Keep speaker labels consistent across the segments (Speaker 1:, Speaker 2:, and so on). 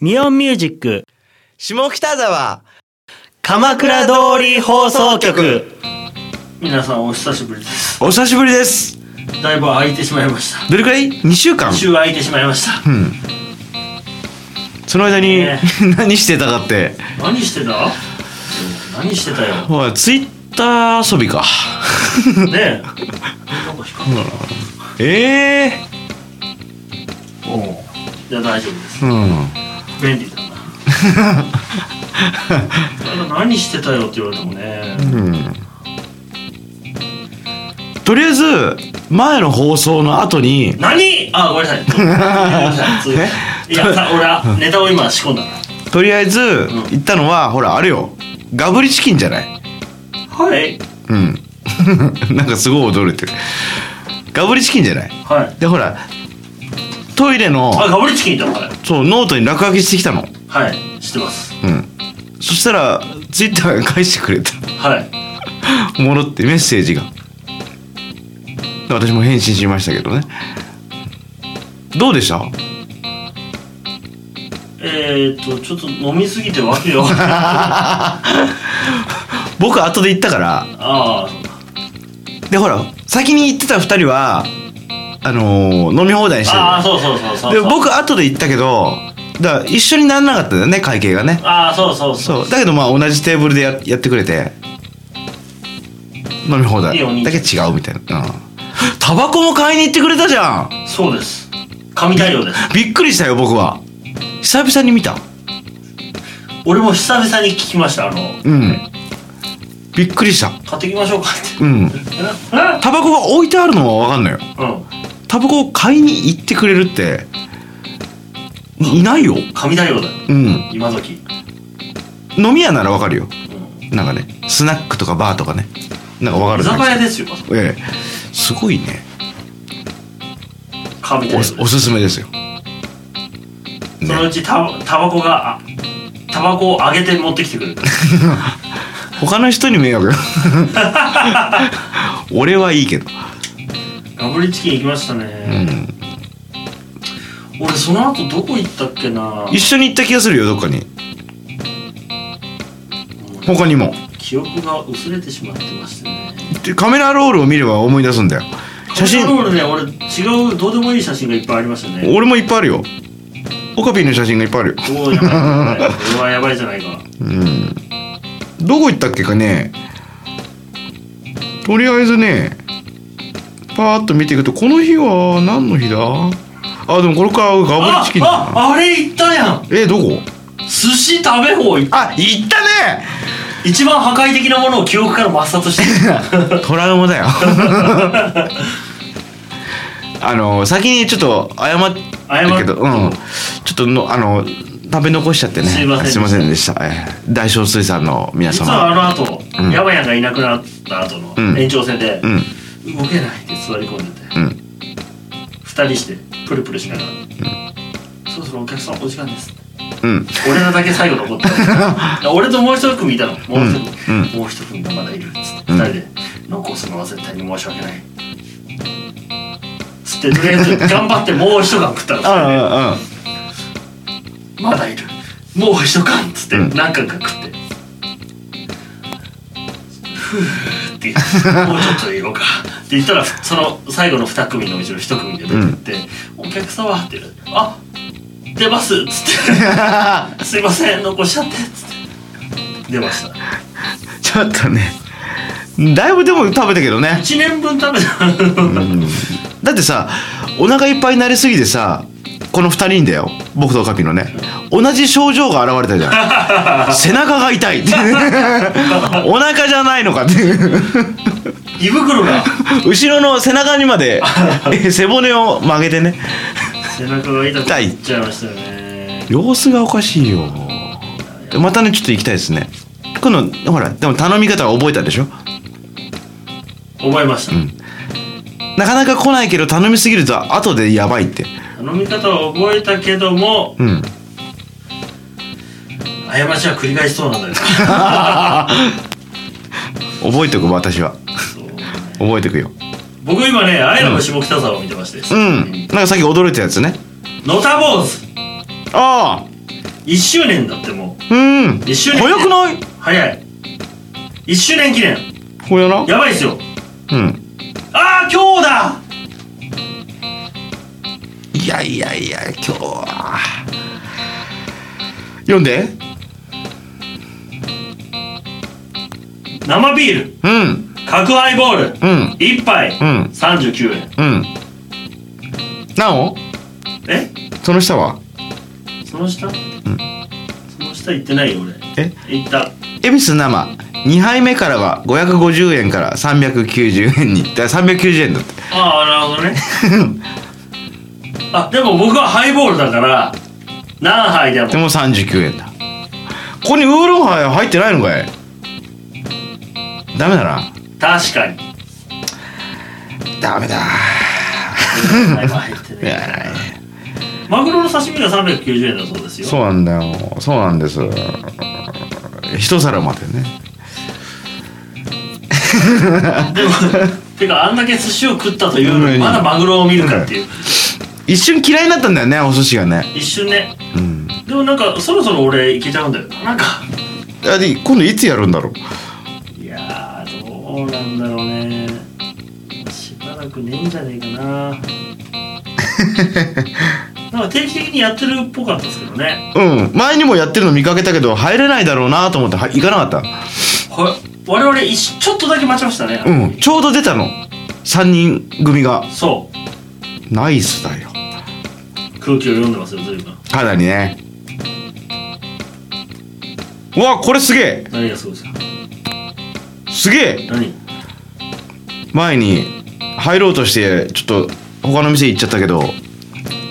Speaker 1: ミオンミュージック
Speaker 2: 下北沢
Speaker 1: 鎌倉通り放送局皆さんお久しぶりです
Speaker 2: お久しぶりです
Speaker 1: だいぶ空いてしまいました
Speaker 2: どれくらい2週間
Speaker 1: 週空いてしまいました
Speaker 2: うんその間に、
Speaker 1: ね
Speaker 2: 何してたかって
Speaker 1: 何してた何してたよ
Speaker 2: おいツイッター遊びか
Speaker 1: ねえなんか光った
Speaker 2: ええ
Speaker 1: おうじゃあ大丈夫です
Speaker 2: うん
Speaker 1: 便利だな ただ何してたよって言われてもね
Speaker 2: うんとりあえず前の放送の後に
Speaker 1: 何あごめん なさいごめんなさいそういういやさ俺はネタを今仕込んだから
Speaker 2: とりあえず行ったのは、ほらあれよガブリチキンじゃない
Speaker 1: はい
Speaker 2: うん なんかすごい驚いてるガブリチキンじゃない
Speaker 1: はい
Speaker 2: でほらトイレの
Speaker 1: あガブリチキンだから
Speaker 2: そうノートに落書きしてきたの
Speaker 1: はい知ってます
Speaker 2: うんそしたらツイッターが返してくれた
Speaker 1: はい
Speaker 2: ものってメッセージが私も返信しましたけどねどうでした
Speaker 1: えー、っとちょっと飲みすぎてわけ よあ
Speaker 2: 僕後で行ったから
Speaker 1: あそうだ
Speaker 2: でほら先に行ってた2人はあのー飲み放題して
Speaker 1: ああそうそうそうそう
Speaker 2: るで僕後で行ったけどだから一緒にならなかったんだよね会計がね
Speaker 1: ああそうそうそう
Speaker 2: そうだけどまあ同じテーブルでややってくれて飲み放題
Speaker 1: いいお兄ちゃ
Speaker 2: だけ違
Speaker 1: ん
Speaker 2: うみたいな、うん、タバコも買いに行ってくれたじゃん
Speaker 1: そうです神対応です
Speaker 2: びっくりしたよ僕は久々に見た
Speaker 1: 俺も久々に聞きましたあの
Speaker 2: うんびっくりした
Speaker 1: 買ってきましょうかっ
Speaker 2: うん
Speaker 1: て
Speaker 2: タバコが置いてあるのは分かんないよ
Speaker 1: うんうん
Speaker 2: タバコを買いに行ってくれるっていいないよ
Speaker 1: 神対応だよ
Speaker 2: うん
Speaker 1: 今時、
Speaker 2: 飲み屋なら分かるよ
Speaker 1: うん、
Speaker 2: なんかねスナックとかバーとかねなんか分か
Speaker 1: 居
Speaker 2: る
Speaker 1: 酒屋ですよ
Speaker 2: ええすごいね
Speaker 1: 神対応です
Speaker 2: おおすすめですよ
Speaker 1: そのうちタタバコがあタバコをあげて持ってきてくれる
Speaker 2: 他の人に迷 惑俺はいいけど
Speaker 1: ガブリチキン行きましたね、俺その後どこ行ったっけな
Speaker 2: 一緒に行った気がするよどっかに他にも
Speaker 1: 記憶が薄れてしまってましてね
Speaker 2: でカメラロールを見れば思い出すんだよ写
Speaker 1: カメラ
Speaker 2: 真
Speaker 1: ロールね俺違うどうでもいい写真がいっぱいありましたね
Speaker 2: 俺もいっぱいあるよオカピーの写真がいっぱいあるよ
Speaker 1: おおやばいやばいこれはやばいじゃないか
Speaker 2: うんどこ行ったっけかねとりあえずねパーッと見ていくとこの日は何の日だあでもこれからガブリチキンだな
Speaker 1: あああれ行ったやん
Speaker 2: えどこ
Speaker 1: 寿司食べ放行
Speaker 2: あ行ったね
Speaker 1: 一番破壊的なものを記憶から抹 殺してる
Speaker 2: トラウマだよ あの先にちょっと謝ったけど、うん、ちょっとのあの食べ残しちゃってね
Speaker 1: すいませんでした
Speaker 2: ませんでしたえー大正水産の皆
Speaker 1: 実は
Speaker 2: 様
Speaker 1: あの後、
Speaker 2: うん
Speaker 1: ヤバヤンがいなくなった後の
Speaker 2: うん
Speaker 1: 延長戦で、
Speaker 2: うん
Speaker 1: 動けないって座り込んでて
Speaker 2: うん
Speaker 1: 二人してプルプルしながら、そろそろお客さんお時間です
Speaker 2: うん
Speaker 1: 俺らだけ最後残っ た俺ともう一組いたのもう一組、
Speaker 2: うん
Speaker 1: もう一組がまだいるっつって、
Speaker 2: うん
Speaker 1: 二人で残すのは絶対に申し訳ないつってとりあえず頑張ってもう一缶食ったの
Speaker 2: あああ
Speaker 1: まだいるもう一缶っつって
Speaker 2: うん
Speaker 1: 何缶か食って、ふーって言ってもうちょっとでいようかって言ったらその最後の2組のうちの1組で出てって「お客様」って言うあ出ます」っつって「すいません残しちゃって」っつって出ました
Speaker 2: ちょっとねだいぶでも食べたけどね
Speaker 1: 1年分食べた
Speaker 2: だってさお腹いっぱいになりすぎてさこの2人だよ僕とカピのね同じ症状が現れたじゃん背中が痛い ってお腹じゃないのかって
Speaker 1: 胃袋が
Speaker 2: 後ろの背中にまでえ背骨を曲げてね
Speaker 1: 背中が痛くなっちゃいましたよね
Speaker 2: 様子がおかしいよでまたねちょっと行きたいですねこのほらでも頼み方は覚えたでしょ
Speaker 1: 思いました、
Speaker 2: なかなか来ないけど頼みすぎると後でやばいって
Speaker 1: 頼み方は覚えたけども
Speaker 2: うん
Speaker 1: 過ちは繰り返しそうなんだよ
Speaker 2: 覚えておく私は
Speaker 1: そうね
Speaker 2: 覚えておくよ
Speaker 1: 僕今ね、アイラブ下北沢を見てまして。
Speaker 2: うんなんかさっき驚いたやつね
Speaker 1: ノタボーズ
Speaker 2: ああ
Speaker 1: 1周年だっても
Speaker 2: うん
Speaker 1: 一周年
Speaker 2: 早くないう
Speaker 1: 早い1周年記念
Speaker 2: 早な
Speaker 1: やばいっすよ
Speaker 2: うん
Speaker 1: ああ今日だ
Speaker 2: いやいやいや今日は読んで
Speaker 1: 生ビール
Speaker 2: うん
Speaker 1: 角ハイボール
Speaker 2: うん
Speaker 1: 1杯
Speaker 2: うん
Speaker 1: 39円
Speaker 2: うんなお
Speaker 1: え
Speaker 2: その下は
Speaker 1: その下その下行ってないよ俺
Speaker 2: え
Speaker 1: 行った
Speaker 2: 恵比寿生2杯目からは550円から390円にだから390円だって
Speaker 1: ああなるほどね あでも僕はハイボールだから何杯でも
Speaker 2: でも39円だここにウーロンハイは入ってないのかいダメだな
Speaker 1: 確 かに
Speaker 2: ダメだ
Speaker 1: ハイボール入って
Speaker 2: い
Speaker 1: ね
Speaker 2: や
Speaker 1: マグロの刺身が390円だそうですよ
Speaker 2: そうなんだよそうなんです一皿までね
Speaker 1: でもてかあんだけ寿司を食ったというのにまだマグロを見るかっていう
Speaker 2: 一瞬嫌いになったんだよねお寿司がね
Speaker 1: 一瞬ね
Speaker 2: うん
Speaker 1: でもなんかそろそろ俺いけちゃうんだよななんか
Speaker 2: あで今度いつやるんだろう
Speaker 1: いやーどうなんだろうねしばらくねえんじゃねえかな なんか定期的にやってるっぽかったですけどね
Speaker 2: うん前にもやってるの見かけたけど入れないだろうなと思っては行かなかっ
Speaker 1: は我々一瞬ちょっとだけ待ちましたね、
Speaker 2: たうんちょうど出たの3人組が
Speaker 1: そう
Speaker 2: ナイスだよ
Speaker 1: 空気を読んでますよ随分
Speaker 2: かなりねうわこれすげえ
Speaker 1: 何がすごいですか
Speaker 2: すげえ
Speaker 1: 何
Speaker 2: 前に入ろうとしてちょっと他の店行っちゃったけど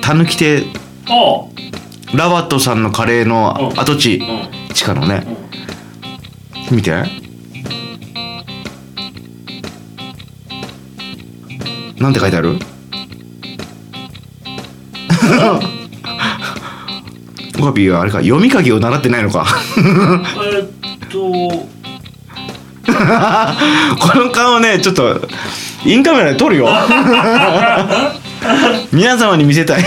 Speaker 2: たぬき亭
Speaker 1: あ
Speaker 2: ラワットさんのカレーの
Speaker 1: うん
Speaker 2: 跡地
Speaker 1: あうんうん
Speaker 2: 地下のね見てなんて書いて あるオカピーはあれか読み書きを習ってないのか
Speaker 1: えーっと
Speaker 2: この顔ねちょっとインカメラで撮る よ皆様に見せたい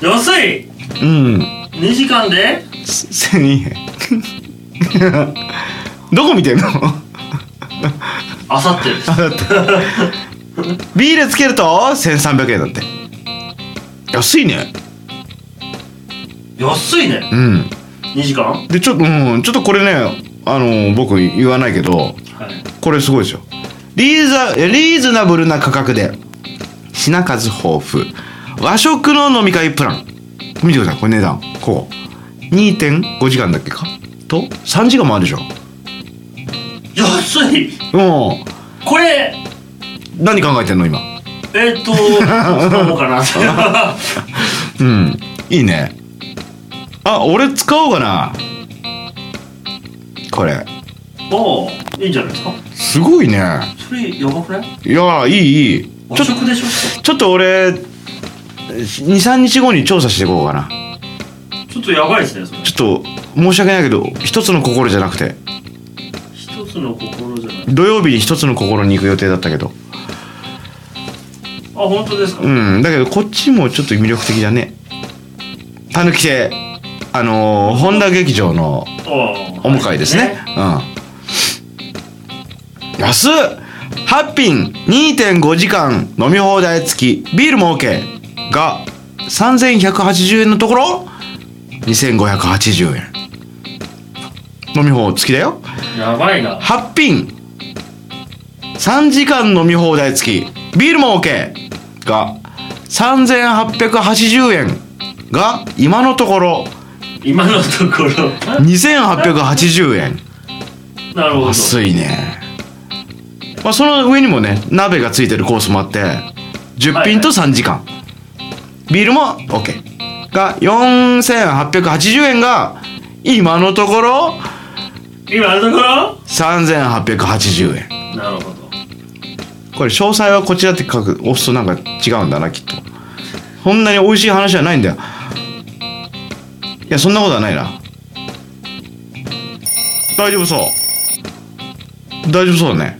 Speaker 1: 安い
Speaker 2: うん
Speaker 1: 2時間で
Speaker 2: 1000円 どこ見てんの
Speaker 1: あさって です
Speaker 2: ビールつけると1300円だって安いね
Speaker 1: 安いね
Speaker 2: うん
Speaker 1: 2時間は
Speaker 2: でちょっと、うん、ちょっとこれねあの僕言わないけど
Speaker 1: い
Speaker 2: これすごいですよリーザリーズナブルな価格で品数豊富和食の飲み会プラン見てくださいこれ値段こう2.5時間だっけかと3時間もあるでしょ
Speaker 1: 安い
Speaker 2: うん
Speaker 1: これ
Speaker 2: 何考えてんの今
Speaker 1: え ーっとどうかな
Speaker 2: うんいいねあ俺使おうかなこれ
Speaker 1: おーいいんじゃないですか
Speaker 2: すごいね
Speaker 1: それやばくない
Speaker 2: いやいいいい
Speaker 1: 和
Speaker 2: ちょっと
Speaker 1: 食でしょ
Speaker 2: ちょっと俺23日後に調査していこうかな
Speaker 1: ちょっとやばいですねそれ
Speaker 2: ちょっと申し訳ないけど一つの心じゃなくて
Speaker 1: 一つの心じゃない
Speaker 2: 土曜日に一つの心に行く予定だったけど
Speaker 1: あ本当ですか、
Speaker 2: うんだけどこっちもちょっと魅力的だねたぬき亭あのー、本田劇場の
Speaker 1: あー
Speaker 2: お迎えですね。うん。安っハッピン2.5時間飲み放題付きビールも OK が3180円のところ2580円飲み放付きだよ
Speaker 1: やばいな
Speaker 2: ハッピン3時間飲み放題付きビールも OK が3880円が今のところ
Speaker 1: 今のところ
Speaker 2: 2880円
Speaker 1: なるほど
Speaker 2: 安いね、まあ、その上にもね鍋がついてるコースもあって10品と3時間、ビールも OK が4880円が今のところ
Speaker 1: 今のところ
Speaker 2: 3880円
Speaker 1: なるほど
Speaker 2: これ詳細はこちらって書く押すとなんか違うんだなきっとそんなに美味しい話じゃないんだよいやそんなことはないな大丈夫そう大丈夫そうだね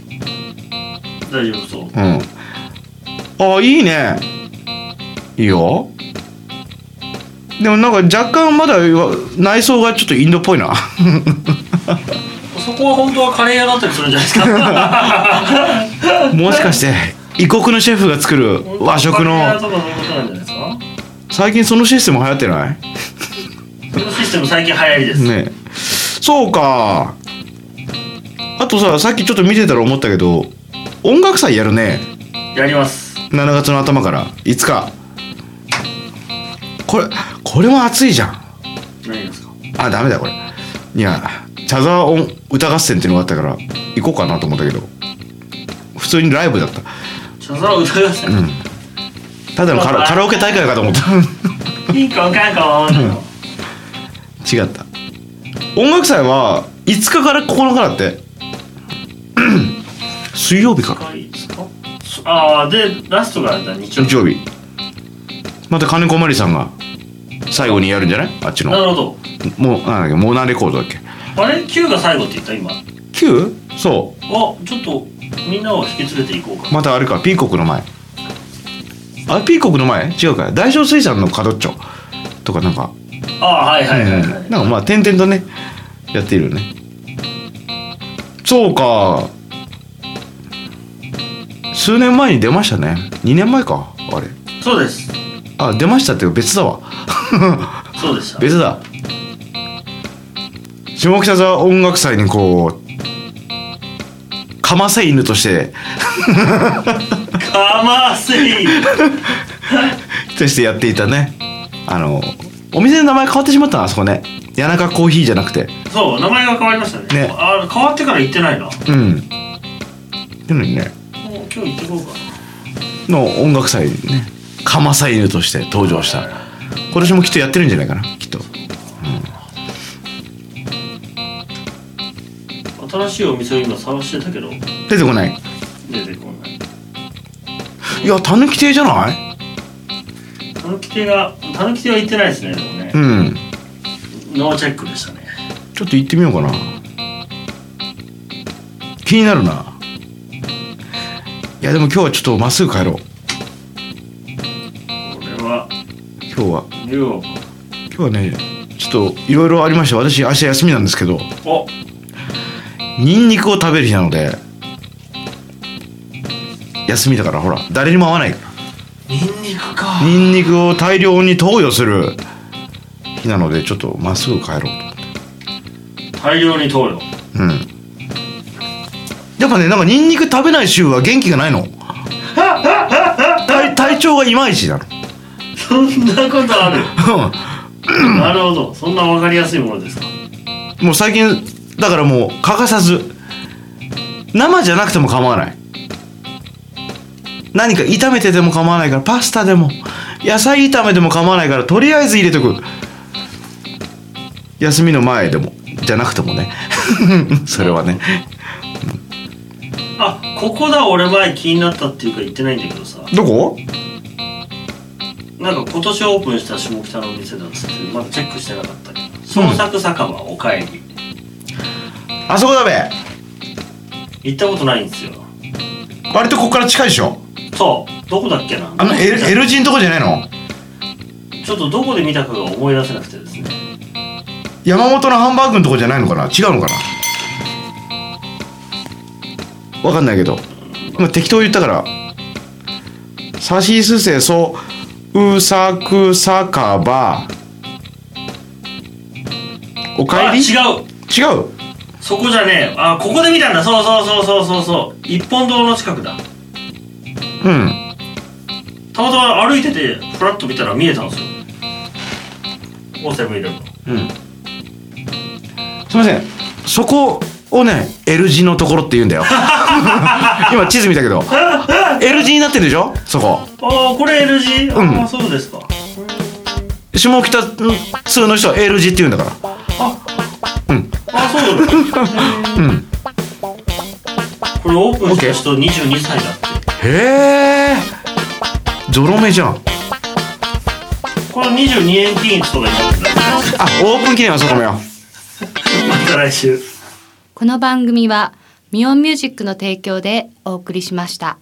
Speaker 1: 大丈夫そう
Speaker 2: うん。あ、いいね。いいよ。でもなんか若干まだ内装がちょっとインドっぽいな
Speaker 1: そこは本当はカレー屋だったりするんじゃないですか
Speaker 2: もしかして異国のシェフが作る 和食
Speaker 1: カレー屋
Speaker 2: の
Speaker 1: とかそういうことなんじゃないですか
Speaker 2: 最近そのシステム流行ってない
Speaker 1: そのシステム最近流行りです、
Speaker 2: ねえそうかあとささっきちょっと見てたら思ったけど音楽祭やるね
Speaker 1: やります
Speaker 2: 7月の頭から5日これこれも熱いじゃん
Speaker 1: 何ですか
Speaker 2: あダメだこれいや茶沢音歌合戦っていうのがあったから行こうかなと思ったけど普通にライブだった
Speaker 1: ちょっと歌いますね、
Speaker 2: ただのカラカラオケ大会かと思った
Speaker 1: いい子かんこの
Speaker 2: 違った音楽祭は5日から9日だって 水曜日から
Speaker 1: いいですかああでラストがじゃあ日曜
Speaker 2: 日曜日また金子まりさんが最後にやるんじゃないあっち
Speaker 1: な
Speaker 2: の
Speaker 1: るほど
Speaker 2: もうなんだっけモーナレコードだっけ
Speaker 1: あれ Q が最後って言った今あ
Speaker 2: 9? そ
Speaker 1: ちょっとみんなを引き連れていこうか
Speaker 2: うまたあれかピーコックの前あれピーコックの前違うか大正水産の角っちょとかなんか
Speaker 1: ああはいはいはいはい、
Speaker 2: うんなんかまあ点々とねやっているよねそうか数年前に出ましたね2年前かあれ
Speaker 1: そうです
Speaker 2: あ出ましたって別だわ
Speaker 1: そうでした
Speaker 2: 別だ下北沢音楽祭にこうかませ犬として
Speaker 1: かませ い
Speaker 2: としてやっていたねあのお店の名前変わってしまったなあそこね谷中コーヒーじゃなくて
Speaker 1: そう名前が変わりましたね
Speaker 2: ね
Speaker 1: あ変わってから行ってないなもう
Speaker 2: うんなのにね
Speaker 1: 今日行ってこうか
Speaker 2: の音楽祭にねかまさ犬として登場した今年もきっとやってるんじゃないかなきっと
Speaker 1: な新しいお店を今探してたけど
Speaker 2: 出てこない
Speaker 1: 出てこない
Speaker 2: いやたぬき亭じゃない
Speaker 1: たぬき亭がたぬき亭は行ってないですねでもね
Speaker 2: うん
Speaker 1: ノーチェックでしたね
Speaker 2: ちょっと行ってみようかな気になるないやでも今日はちょっとまっすぐ帰ろう
Speaker 1: これは
Speaker 2: 今日は
Speaker 1: 龍を
Speaker 2: 今日はねちょっといろいろありまして私明日休みなんですけど
Speaker 1: お
Speaker 2: ニンニクを食べる日なので休みだからほら誰にも会わないから
Speaker 1: ニンニクか
Speaker 2: ニンニクを大量に投与する日なのでちょっとまっすぐ帰ろうと
Speaker 1: 大量に投与
Speaker 2: うんやっぱねなんかニンニク食べない週は元気がないの体体調がいまいちなの
Speaker 1: そんなことある
Speaker 2: う
Speaker 1: なるほどそんなわかりやすいものですか
Speaker 2: んもう最近だからもう欠かさず生じゃなくても構わない何か炒めてても構わないからパスタでも野菜炒めても構わないからとりあえず入れとく休みの前でもじゃなくてもね それはね
Speaker 1: あここだ俺前気になったっていうか言ってないんだけどさ
Speaker 2: どこ
Speaker 1: なんか今年オープンした下北のお店だっつってまだチェックしてなかったけど創作酒場おかえり
Speaker 2: あそこだべ
Speaker 1: 行ったことないんですよ
Speaker 2: 割とここから近いでしょ
Speaker 1: そうどこだっけな
Speaker 2: あの L, L 字のとこじゃないの
Speaker 1: ちょっとどこで見たかが思い出せなくてですね
Speaker 2: 山本のハンバーグのとこじゃないのかな違うのかなわかんないけど今適当言ったから「さしすせそうさくさかば」おかえり
Speaker 1: あ違う
Speaker 2: 違う
Speaker 1: そこじゃねえあここで見たんだそうそうそうそうそうそう一本堂の近くだ
Speaker 2: うん
Speaker 1: たまたま歩いててフラッと見たら見えたんですよオーセブンイレブン
Speaker 2: うんすいませんそこをね L 字のところって言うん だよ今地図見たけど L 字になってるでしょそこ
Speaker 1: ああこれ L 字、
Speaker 2: うん
Speaker 1: ああそうですか
Speaker 2: 下北通の人は L 字って言うんだから
Speaker 1: ああそうだ、
Speaker 2: うん
Speaker 1: これオープンした人22歳だって
Speaker 2: へえゾロ目じゃん
Speaker 1: この22円均一とかになってた
Speaker 2: あオープン記念はそこめよ
Speaker 1: また来週
Speaker 3: この番組はミオンミュージックの提供でお送りしました。